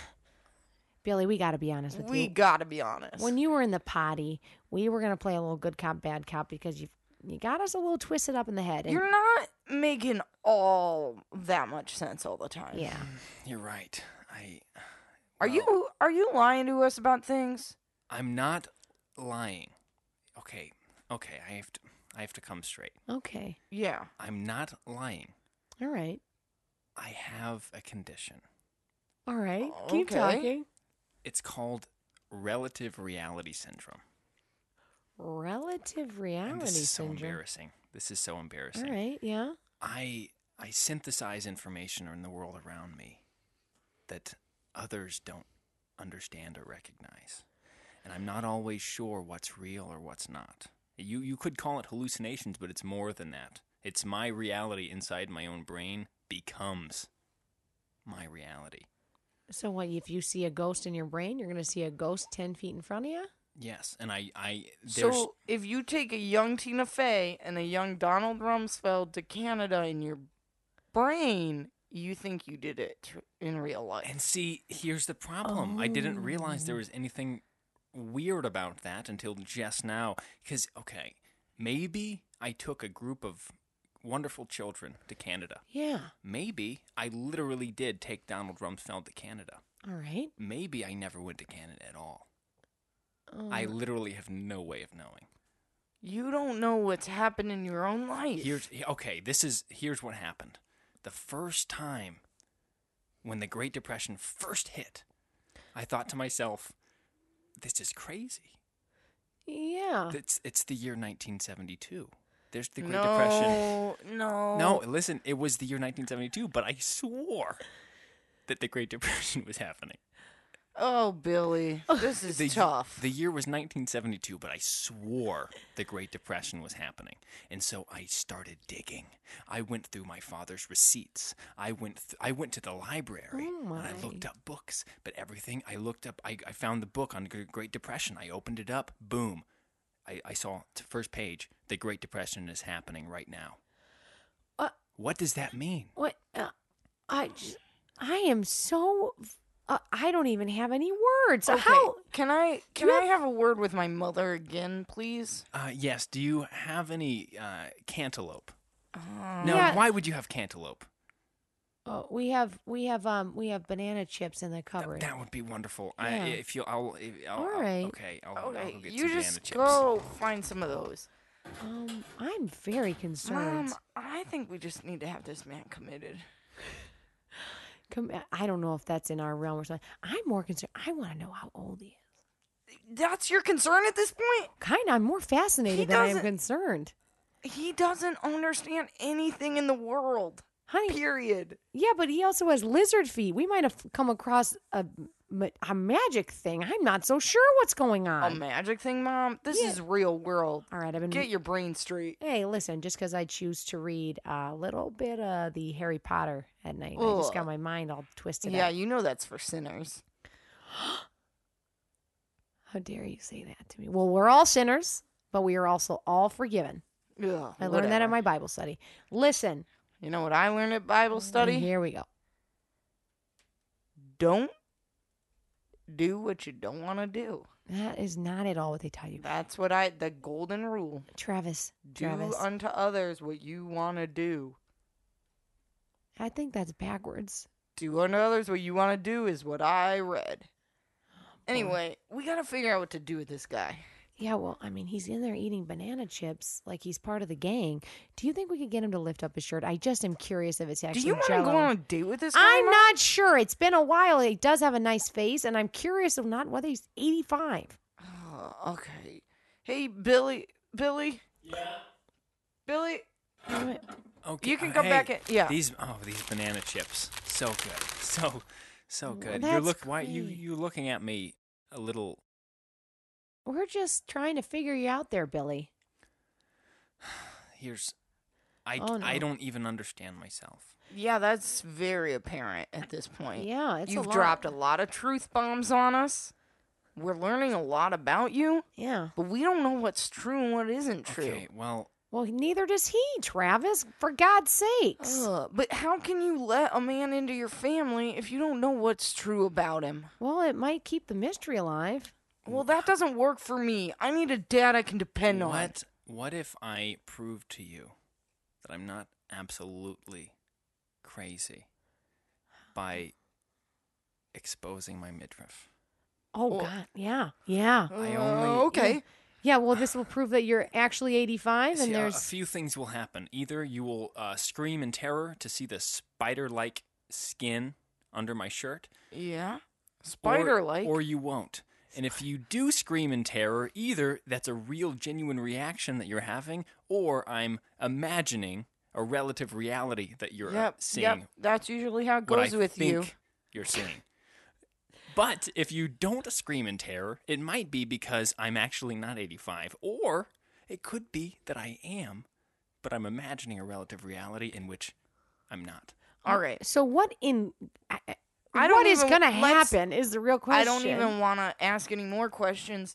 Speaker 2: Billy, we got to be honest with
Speaker 1: We
Speaker 2: you.
Speaker 1: gotta be honest.
Speaker 2: When you were in the potty, we were gonna play a little good cop, bad cop because you you got us a little twisted up in the head. And,
Speaker 1: You're not making all that much sense all the time.
Speaker 2: yeah.
Speaker 3: You're right. I
Speaker 1: Are you are you lying to us about things?
Speaker 3: I'm not lying. Okay. Okay, I have to I have to come straight.
Speaker 2: Okay.
Speaker 1: Yeah.
Speaker 3: I'm not lying.
Speaker 2: All right.
Speaker 3: I have a condition.
Speaker 2: All right.
Speaker 1: Keep Okay. talking.
Speaker 3: It's called relative reality syndrome.
Speaker 2: Relative
Speaker 3: And
Speaker 2: reality
Speaker 3: this is so
Speaker 2: syndrome.
Speaker 3: embarrassing. This is so embarrassing.
Speaker 2: All right. Yeah.
Speaker 3: I I synthesize information in the world around me that others don't understand or recognize. And I'm not always sure what's real or what's not. You you could call it hallucinations, but it's more than that. It's my reality inside my own brain becomes my reality.
Speaker 2: So what? If you see a ghost in your brain, you're gonna see a ghost ten feet in front of you.
Speaker 3: Yes, and I I there's
Speaker 1: So if you take a young Tina Fey and a young Donald Rumsfeld to Canada in your brain, you think you did it in real life.
Speaker 3: and see here's the problem. I didn't realize there was anything weird about that until just now. Because, okay, maybe I took a group of wonderful children to Canada.
Speaker 2: Yeah.
Speaker 3: Maybe I literally did take Donald Rumsfeld to Canada.
Speaker 2: All right.
Speaker 3: Maybe I never went to Canada at all.
Speaker 2: Um,
Speaker 3: I literally have no way of knowing.
Speaker 1: You don't know what's happened in your own life.
Speaker 3: Here's okay, this is here's what happened. The first time when the Great Depression first hit, I thought to myself, this is crazy.
Speaker 2: yeah.
Speaker 3: It's it's the year 1972. There's the Great Depression.
Speaker 1: no, no,
Speaker 3: No, listen, it was the year 1972, but I swore that the Great Depression was happening.
Speaker 1: Oh, Billy, this is
Speaker 3: the,
Speaker 1: tough.
Speaker 3: The year was 1972, but I swore the Great Depression was happening. And so I started digging. I went through my father's receipts. I went th- I went to the library
Speaker 2: Oh
Speaker 3: and I
Speaker 2: my.
Speaker 3: looked up books, but everything I looked up I, I found the book on the Great Depression. I opened it up. Boom. I, I saw t- first page, the Great Depression is happening right now.
Speaker 2: Uh,
Speaker 3: What does that mean?
Speaker 2: What? Uh, I j- I am so. Uh, I don't even have any words.
Speaker 1: okay,
Speaker 2: How?
Speaker 1: can I can I have a word with my mother again, please?
Speaker 3: Uh, yes, do you have any uh, cantaloupe?
Speaker 1: Uh,
Speaker 3: Now,
Speaker 2: Yeah.
Speaker 3: why would you have cantaloupe?
Speaker 2: Oh, we have we have um we have banana chips in the cupboard.
Speaker 3: That would be wonderful.
Speaker 2: Yeah.
Speaker 3: I, if you, I'll, if, I'll,
Speaker 2: All
Speaker 3: I'll-
Speaker 2: right.
Speaker 3: Okay, I'll, I'll
Speaker 1: okay,
Speaker 3: go Oh, get
Speaker 1: you
Speaker 3: some
Speaker 1: just
Speaker 3: banana chips.
Speaker 1: go find some of those.
Speaker 2: Um, I'm very concerned.
Speaker 3: Um,
Speaker 1: Mom, I think we just need to have this man committed.
Speaker 2: Com- I don't know if that's in our realm or something. I'm more concerned. I want to know how old he is.
Speaker 1: That's your concern at this point.
Speaker 2: Kind of. I'm more fascinated
Speaker 1: He
Speaker 2: than I am
Speaker 1: doesn't-
Speaker 2: concerned.
Speaker 1: He doesn't understand anything in the world.
Speaker 2: Honey,
Speaker 1: Period.
Speaker 2: yeah, but he also has lizard feet. We might have come across a, ma- a magic thing. I'm not so sure what's going
Speaker 1: A
Speaker 2: on.
Speaker 1: magic thing, Mom. This is real world.
Speaker 2: All right, I've been.
Speaker 1: Get your brain straight.
Speaker 2: hey, listen, just because I choose to read a little bit of the Harry Potter at night, I just got
Speaker 1: Ugh.
Speaker 2: my mind all twisted.
Speaker 1: Yeah,
Speaker 2: up.
Speaker 1: you know that's for sinners.
Speaker 2: How dare you say that to me? Well, we're all sinners, but we are also all forgiven.
Speaker 1: Ugh,
Speaker 2: I learned that
Speaker 1: whatever.
Speaker 2: in my Bible study. Listen,
Speaker 1: You know what I learned at Bible study?
Speaker 2: Here we go.
Speaker 1: Don't do what you don't want to do.
Speaker 2: That is not at all what they taught you,
Speaker 1: That's what I the golden rule.
Speaker 2: Travis.
Speaker 1: Do
Speaker 2: Travis,
Speaker 1: unto others what you want to do.
Speaker 2: I think that's backwards.
Speaker 1: Do unto others what you want to do is what I read. Anyway, we got to figure out what to do with this guy.
Speaker 2: Yeah, well, I mean, he's in there eating banana chips like he's part of the gang. Do you think we could get him to lift up his shirt? I just am curious if it's actually.
Speaker 1: Do you want to
Speaker 2: Jell-O.
Speaker 1: go on a date with this guy?
Speaker 2: I'm
Speaker 1: Mom?
Speaker 2: not sure. It's been a while. He does have a nice face, and I'm curious of not whether he's 85.
Speaker 1: Oh, okay. Hey, Billy. Billy. Yeah. Billy.
Speaker 3: Okay,
Speaker 1: You can
Speaker 3: uh,
Speaker 1: come
Speaker 3: hey,
Speaker 1: back in- yeah.
Speaker 3: These, oh, these banana chips, so good, so, so good. You're
Speaker 2: that's
Speaker 3: look, why you
Speaker 2: great.
Speaker 3: you looking at me a little?
Speaker 2: We're just trying to figure you out there, Billy.
Speaker 3: Here's, I,
Speaker 2: Oh,
Speaker 3: I
Speaker 2: no.
Speaker 3: don't even understand myself.
Speaker 1: Yeah, that's very apparent at this point.
Speaker 2: Yeah, it's a
Speaker 1: You've
Speaker 2: lot.
Speaker 1: dropped a lot of truth bombs on us. We're learning a lot about you,
Speaker 2: Yeah.
Speaker 1: but we don't know what's true and what isn't true.
Speaker 3: Okay, well,
Speaker 2: Well, neither does he, Travis. For God's sakes.
Speaker 1: Ugh, but how can you let a man into your family if you don't know what's true about him?
Speaker 2: Well, it might keep the mystery alive.
Speaker 1: Well, that doesn't work for me. I need a dad I can depend on.
Speaker 3: what what if I prove to you that I'm not absolutely crazy by exposing my midriff?
Speaker 2: Oh
Speaker 1: Well-
Speaker 2: God, yeah, yeah,
Speaker 3: I
Speaker 1: Uh,
Speaker 3: only-
Speaker 1: okay.
Speaker 2: yeah. Well, this will prove that you're actually 85,
Speaker 3: See, uh,
Speaker 2: and
Speaker 3: a-
Speaker 2: there's
Speaker 3: a few things will happen. Either you will uh, scream in terror to see the spider-like skin under my shirt,
Speaker 1: Yeah.
Speaker 3: or-
Speaker 1: Spider like.
Speaker 3: or you won't. And if you do scream in terror, either that's a real, genuine reaction that you're having, or I'm imagining a relative reality that you're uh,
Speaker 1: Yep.
Speaker 3: seeing.
Speaker 1: Yep. That's usually how it
Speaker 3: what
Speaker 1: goes
Speaker 3: I
Speaker 1: with
Speaker 3: think
Speaker 1: you.
Speaker 3: You're seeing. But if you don't scream in terror, it might be because I'm actually not 85, or it could be that I am, but I'm imagining a relative reality in which I'm not.
Speaker 1: All right.
Speaker 2: so what in I,
Speaker 1: Uh, I
Speaker 2: what
Speaker 1: don't
Speaker 2: is
Speaker 1: even-
Speaker 2: gonna
Speaker 1: let's-
Speaker 2: happen is the real question.
Speaker 1: I don't even want to ask any more questions.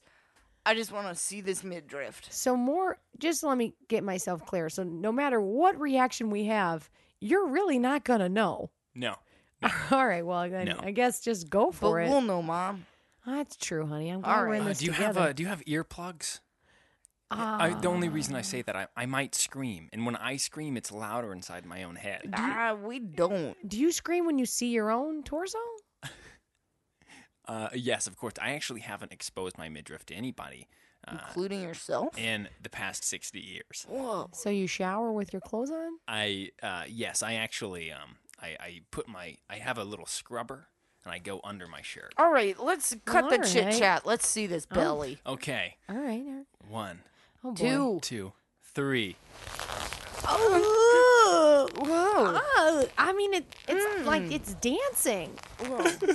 Speaker 1: I just want to see this mid drift.
Speaker 2: So more, just let me get myself clear. So no matter what reaction we have, you're really not gonna know.
Speaker 3: No.
Speaker 2: All right. Well, then
Speaker 3: No.
Speaker 2: I guess just go
Speaker 1: But
Speaker 2: for it.
Speaker 1: we'll know, Mom.
Speaker 2: That's true, honey. I'm
Speaker 1: All
Speaker 2: glad we're in
Speaker 1: right.
Speaker 2: this
Speaker 3: do you
Speaker 2: together. Ah.
Speaker 3: have uh, do you have earplugs?
Speaker 1: Ah.
Speaker 3: I, the only reason I say that I, I might scream, and when I scream, it's louder inside my own head.
Speaker 1: Ah, we don't.
Speaker 2: do you scream when you see your own torso?
Speaker 3: Uh, yes, of course. I actually haven't exposed my midriff to anybody uh,
Speaker 1: Including yourself?
Speaker 3: in the past sixty years.
Speaker 1: Whoa.
Speaker 2: So you shower with your clothes on?
Speaker 3: I uh, yes, I actually um I, I put my I have a little scrubber and I go under my shirt.
Speaker 1: All right, let's cut the
Speaker 2: All
Speaker 1: chit
Speaker 2: right.
Speaker 1: chat. Let's see this belly.
Speaker 3: Okay,
Speaker 2: All right. all right.
Speaker 3: one,
Speaker 2: Oh boy.
Speaker 1: Two.
Speaker 3: two, three.
Speaker 2: Oh. Oh, I mean it. It's
Speaker 1: Hmm.
Speaker 2: like it's dancing. oh,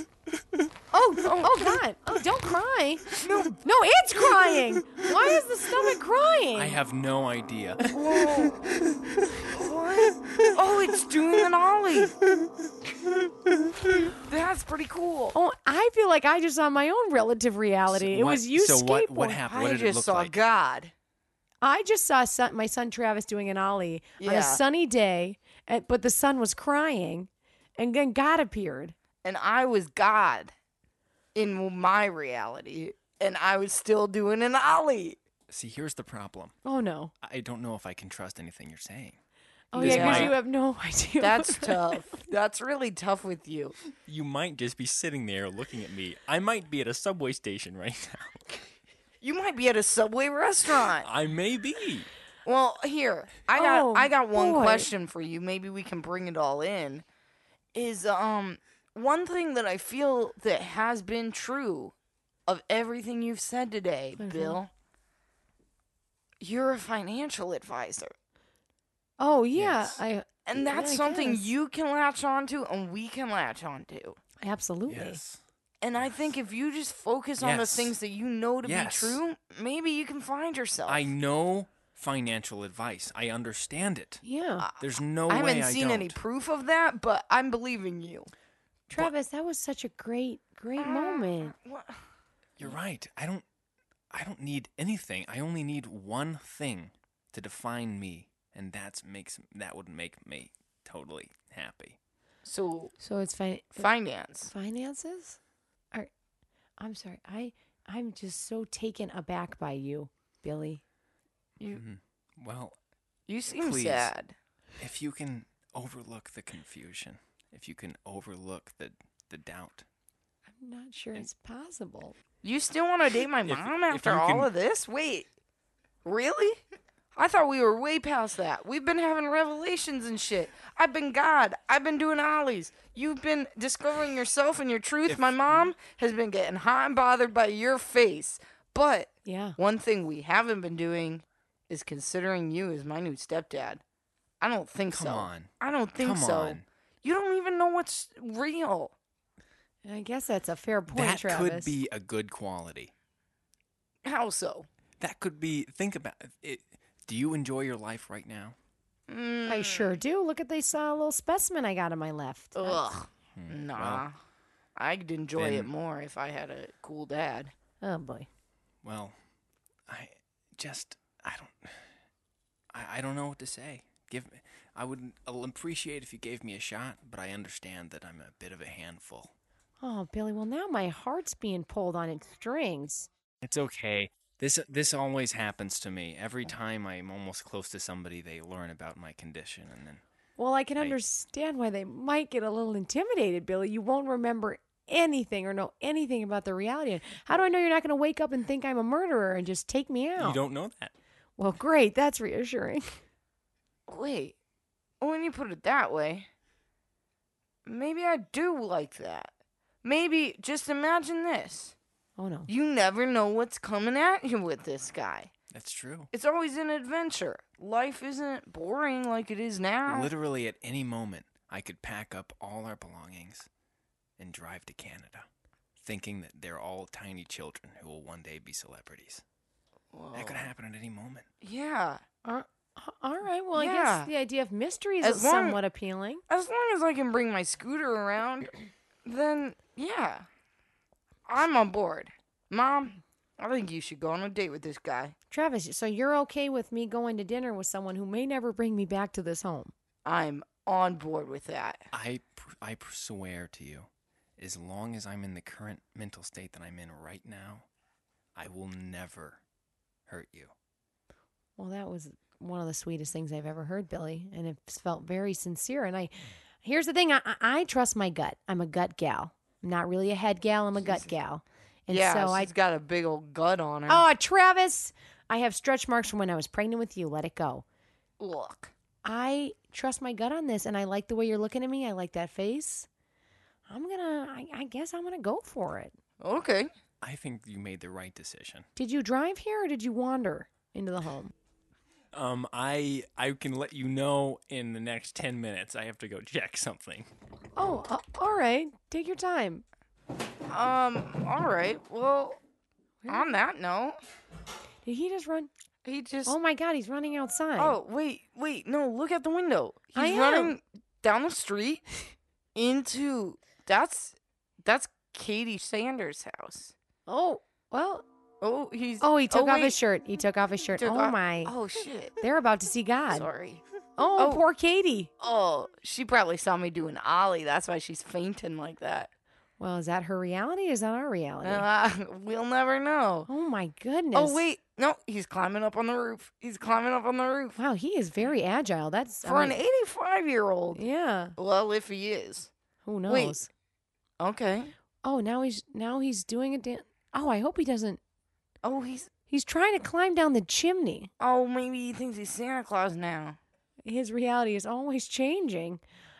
Speaker 2: oh God! Oh, don't cry. No, no, it's crying. Why is the stomach crying?
Speaker 3: I have no idea.
Speaker 1: Whoa. what? Oh, it's Doom and Ollie. That's pretty cool.
Speaker 2: oh, I feel like I just saw my own relative reality. it
Speaker 3: What-
Speaker 2: was you
Speaker 3: So what what
Speaker 2: skateboarding.
Speaker 3: happened? What
Speaker 1: I
Speaker 3: did it
Speaker 1: just
Speaker 3: look
Speaker 1: saw
Speaker 3: like?
Speaker 1: God.
Speaker 2: I just saw son, my son Travis doing an ollie on
Speaker 1: Yeah.
Speaker 2: a sunny day, and, but the sun was crying, and then God appeared.
Speaker 1: and I was God in my reality, and I was still doing an ollie.
Speaker 3: See, here's the problem.
Speaker 2: Oh no!
Speaker 3: I don't know if I can trust anything you're saying.
Speaker 2: Oh
Speaker 1: This
Speaker 2: yeah, because
Speaker 1: might-
Speaker 2: you have no idea.
Speaker 1: That's tough. That's really tough with you.
Speaker 3: You might just be sitting there looking at me. I might be at a subway station right now.
Speaker 1: You might be at a Subway restaurant.
Speaker 3: I may be.
Speaker 1: Well, here I got
Speaker 2: Oh,
Speaker 1: I got one
Speaker 2: boy.
Speaker 1: question for you. Maybe we can bring it all in. Is um one thing that I feel that has been true of everything you've said today, Bill. You're a financial advisor.
Speaker 2: Oh yeah,
Speaker 3: Yes.
Speaker 2: I
Speaker 1: And
Speaker 2: Yeah,
Speaker 1: that's
Speaker 2: I
Speaker 1: something
Speaker 2: guess.
Speaker 1: you can latch onto and we can latch onto.
Speaker 2: absolutely.
Speaker 3: Yes.
Speaker 1: And I think if you just focus on the
Speaker 3: Yes.
Speaker 1: things that you know to
Speaker 3: Yes.
Speaker 1: be true, maybe you can find yourself.
Speaker 3: I know financial advice. I understand it.
Speaker 2: Yeah,
Speaker 3: There's no
Speaker 1: I
Speaker 3: way
Speaker 1: haven't
Speaker 3: I
Speaker 1: seen
Speaker 3: don't.
Speaker 1: any proof of that, but I'm believing you.
Speaker 2: Travis, that was such a great, great moment.
Speaker 1: What?
Speaker 3: You're right. I don't I don't need anything. I only need one thing to define me, and that's makes that would make me totally happy.
Speaker 1: So
Speaker 2: So it's fin-
Speaker 1: finance.
Speaker 2: finances. Are, I'm sorry, I I'm just so taken aback by you, Billy.
Speaker 1: You
Speaker 3: Mm-hmm. Well,
Speaker 1: you seem
Speaker 3: Please.
Speaker 1: sad.
Speaker 3: if you can overlook the confusion, if you can overlook the the doubt.
Speaker 2: I'm not sure it's possible.
Speaker 1: You still want to date my
Speaker 3: If-
Speaker 1: mom
Speaker 3: if
Speaker 1: after
Speaker 3: you
Speaker 1: all
Speaker 3: can-
Speaker 1: of this? Wait, really? I thought we were way past that. We've been having revelations and shit. I've been God. I've been doing ollies. You've been discovering yourself and your truth. my mom has been getting hot and bothered by your face. But
Speaker 2: Yeah.
Speaker 1: one thing we haven't been doing is considering you as my new stepdad. I don't think
Speaker 3: Come
Speaker 1: so.
Speaker 3: on.
Speaker 1: I don't think
Speaker 3: Come
Speaker 1: so.
Speaker 3: on.
Speaker 1: You don't even know what's real.
Speaker 2: I guess that's a fair point,
Speaker 3: that
Speaker 2: Travis.
Speaker 3: could be a good quality.
Speaker 1: How so?
Speaker 3: That could be think about it. Do you enjoy your life right now?
Speaker 2: I sure do. Look at they saw a little specimen I got on my left.
Speaker 1: Ugh.
Speaker 3: Hmm,
Speaker 1: Nah. I'd enjoy it
Speaker 3: then-
Speaker 1: more if I had a cool dad.
Speaker 2: Oh boy.
Speaker 3: Well, I just I don't I, I don't know what to say. Give me I would I'll appreciate if you gave me a shot, but I understand that I'm a bit of a handful.
Speaker 2: Oh, Billy. Well, now my heart's being pulled on its strings.
Speaker 3: It's okay. This this always happens to me. Every time I'm almost close to somebody, they learn about my condition and then
Speaker 2: Well, I can
Speaker 3: I-
Speaker 2: understand why they might get a little intimidated, Billy. You won't remember anything or know anything about the reality. How do I know you're not going to wake up and think I'm a murderer and just take me out?
Speaker 3: you don't know that.
Speaker 2: Well, great. That's reassuring.
Speaker 1: Wait. When you put it that way, maybe I do like that. Maybe just imagine this.
Speaker 2: Oh no.
Speaker 1: You never know what's coming at you with this guy.
Speaker 3: That's true.
Speaker 1: It's always an adventure. Life isn't boring like it is now.
Speaker 3: Literally at any moment, I could pack up all our belongings and drive to Canada, thinking that they're all tiny children who will one day be celebrities. That could happen at any moment.
Speaker 1: Yeah.
Speaker 2: Uh, all right. Well, I
Speaker 1: Yeah.
Speaker 2: guess the idea of mystery
Speaker 1: As
Speaker 2: is
Speaker 1: long-
Speaker 2: somewhat appealing.
Speaker 1: As long as I can bring my scooter around, then yeah. I'm on board. Mom, I think you should go on a date with this guy.
Speaker 2: Travis, so you're okay with me going to dinner with someone who may never bring me back to this home?
Speaker 1: I'm on board with that.
Speaker 3: I pr- I pr- swear to you, as long as I'm in the current mental state that I'm in right now, I will never hurt you.
Speaker 2: Well, that was one of the sweetest things I've ever heard, Billy, and it felt very sincere. And I, here's the thing: I, I- I trust my gut. I'm a gut gal. I'm not really a head gal. I'm a gut gal. And
Speaker 1: yeah,
Speaker 2: so I
Speaker 1: she's got a big old gut on her.
Speaker 2: Oh, Travis, I have stretch marks from when I was pregnant with you. Let it go.
Speaker 1: Look.
Speaker 2: I trust my gut on this, and I like the way you're looking at me. I like that face. I'm gonna. I, I guess I'm gonna go for it.
Speaker 1: Okay.
Speaker 3: I think you made the right decision.
Speaker 2: Did you drive here or did you wander into the home?
Speaker 3: Um, I I can let you know in the next ten minutes. I have to go check something.
Speaker 2: Oh, uh, all right. Take your time.
Speaker 1: Um, all right. Well, on that note,
Speaker 2: Did he just run?
Speaker 1: he just
Speaker 2: Oh my God, he's running outside.
Speaker 1: Oh, wait, wait, no, look out the window.
Speaker 2: I
Speaker 1: He's
Speaker 2: am.
Speaker 1: running down the street into that's that's Katie Sanders' house.
Speaker 2: oh, well.
Speaker 1: Oh, he's
Speaker 2: Oh, he took off
Speaker 1: wait,
Speaker 2: his shirt. He took off his shirt.
Speaker 1: took
Speaker 2: oh
Speaker 1: off-
Speaker 2: my.
Speaker 1: Oh shit.
Speaker 2: They're about to see God.
Speaker 1: Sorry.
Speaker 2: Oh,
Speaker 1: Oh.
Speaker 2: poor Katie.
Speaker 1: Oh, she probably saw me doing ollie. That's why she's fainting like that.
Speaker 2: Well, is that her reality? Or is that our reality?
Speaker 1: Uh, we'll never know.
Speaker 2: oh my goodness.
Speaker 1: Oh wait, no, he's climbing up on the roof. He's climbing up on the roof
Speaker 2: Wow, he is very agile. That's I
Speaker 1: for an
Speaker 2: mean,
Speaker 1: eighty-five-year-old.
Speaker 2: Yeah.
Speaker 1: Well, if he is,
Speaker 2: Who knows?
Speaker 1: Wait. okay.
Speaker 2: Oh, now he's now he's doing a dance. Oh, I hope he doesn't.
Speaker 1: Oh, he's
Speaker 2: He's trying to climb down the chimney.
Speaker 1: oh, maybe he thinks he's Santa Claus now.
Speaker 2: His reality is always changing.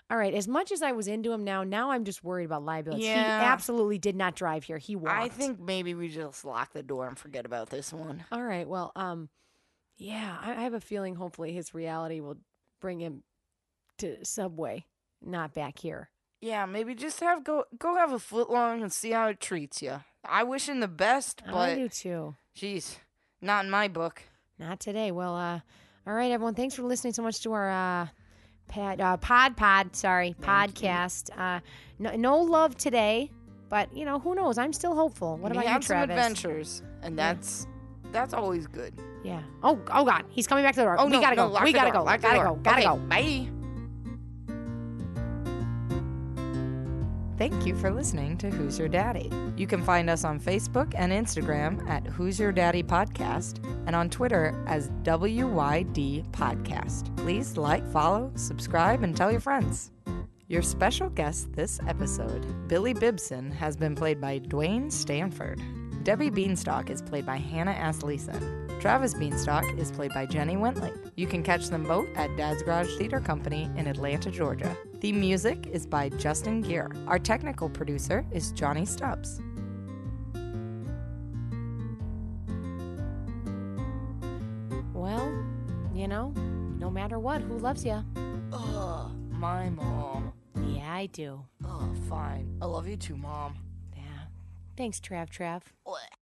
Speaker 2: All right, as much as I was into him now, now I'm just worried about liability. He
Speaker 1: Yeah.
Speaker 2: absolutely did not drive here. He walked.
Speaker 1: I think maybe we just lock the door and forget about this one.
Speaker 2: All right. Well, um, yeah, I, I have a feeling. Hopefully, his reality will bring him to Subway, not back here.
Speaker 1: Yeah, maybe just have go go have a footlong and see how it treats you. I wish him the best,
Speaker 2: I
Speaker 1: but
Speaker 2: do too.
Speaker 1: jeez, not in my book.
Speaker 2: Not today. Well, uh, all right, everyone. Thanks for listening so much to our uh, pad, uh, pod, pod, sorry, podcast. Uh, no, no love today, but you know who knows? I'm still hopeful. What
Speaker 1: we
Speaker 2: about
Speaker 1: had
Speaker 2: you,
Speaker 1: some
Speaker 2: Travis?
Speaker 1: adventures, and that's that's always good.
Speaker 2: Yeah. Oh, oh God, he's coming back to the door.
Speaker 1: Oh,
Speaker 2: we
Speaker 1: no,
Speaker 2: gotta
Speaker 1: no,
Speaker 2: go.
Speaker 1: lock
Speaker 2: We
Speaker 1: the
Speaker 2: gotta
Speaker 1: door,
Speaker 2: go.
Speaker 1: lock the
Speaker 2: Gotta
Speaker 1: door.
Speaker 2: go. Gotta
Speaker 1: Okay,
Speaker 2: go.
Speaker 1: Bye.
Speaker 4: Thank you for listening to Who's Your Daddy. You can find us on Facebook and Instagram at Who's Your Daddy Podcast and on Twitter as WYD Podcast. Please like, follow, subscribe, and tell your friends. Your special guest this episode, Billy Bibson, has been played by Dwayne Stanford. Debbie Beanstalk is played by Hannah Asleeson. Travis Beanstalk is played by Jenny Wentley. You can catch them both at Dad's Garage Theater Company in Atlanta, Georgia. The music is by Justin Gear. Our technical producer is Johnny Stubbs.
Speaker 2: Well, you know, no matter what, who loves you?
Speaker 1: Ugh, my mom.
Speaker 2: Yeah, I do.
Speaker 1: Ugh, fine. I love you too, mom.
Speaker 2: Yeah. Thanks, Trav. Trav.
Speaker 1: Blech.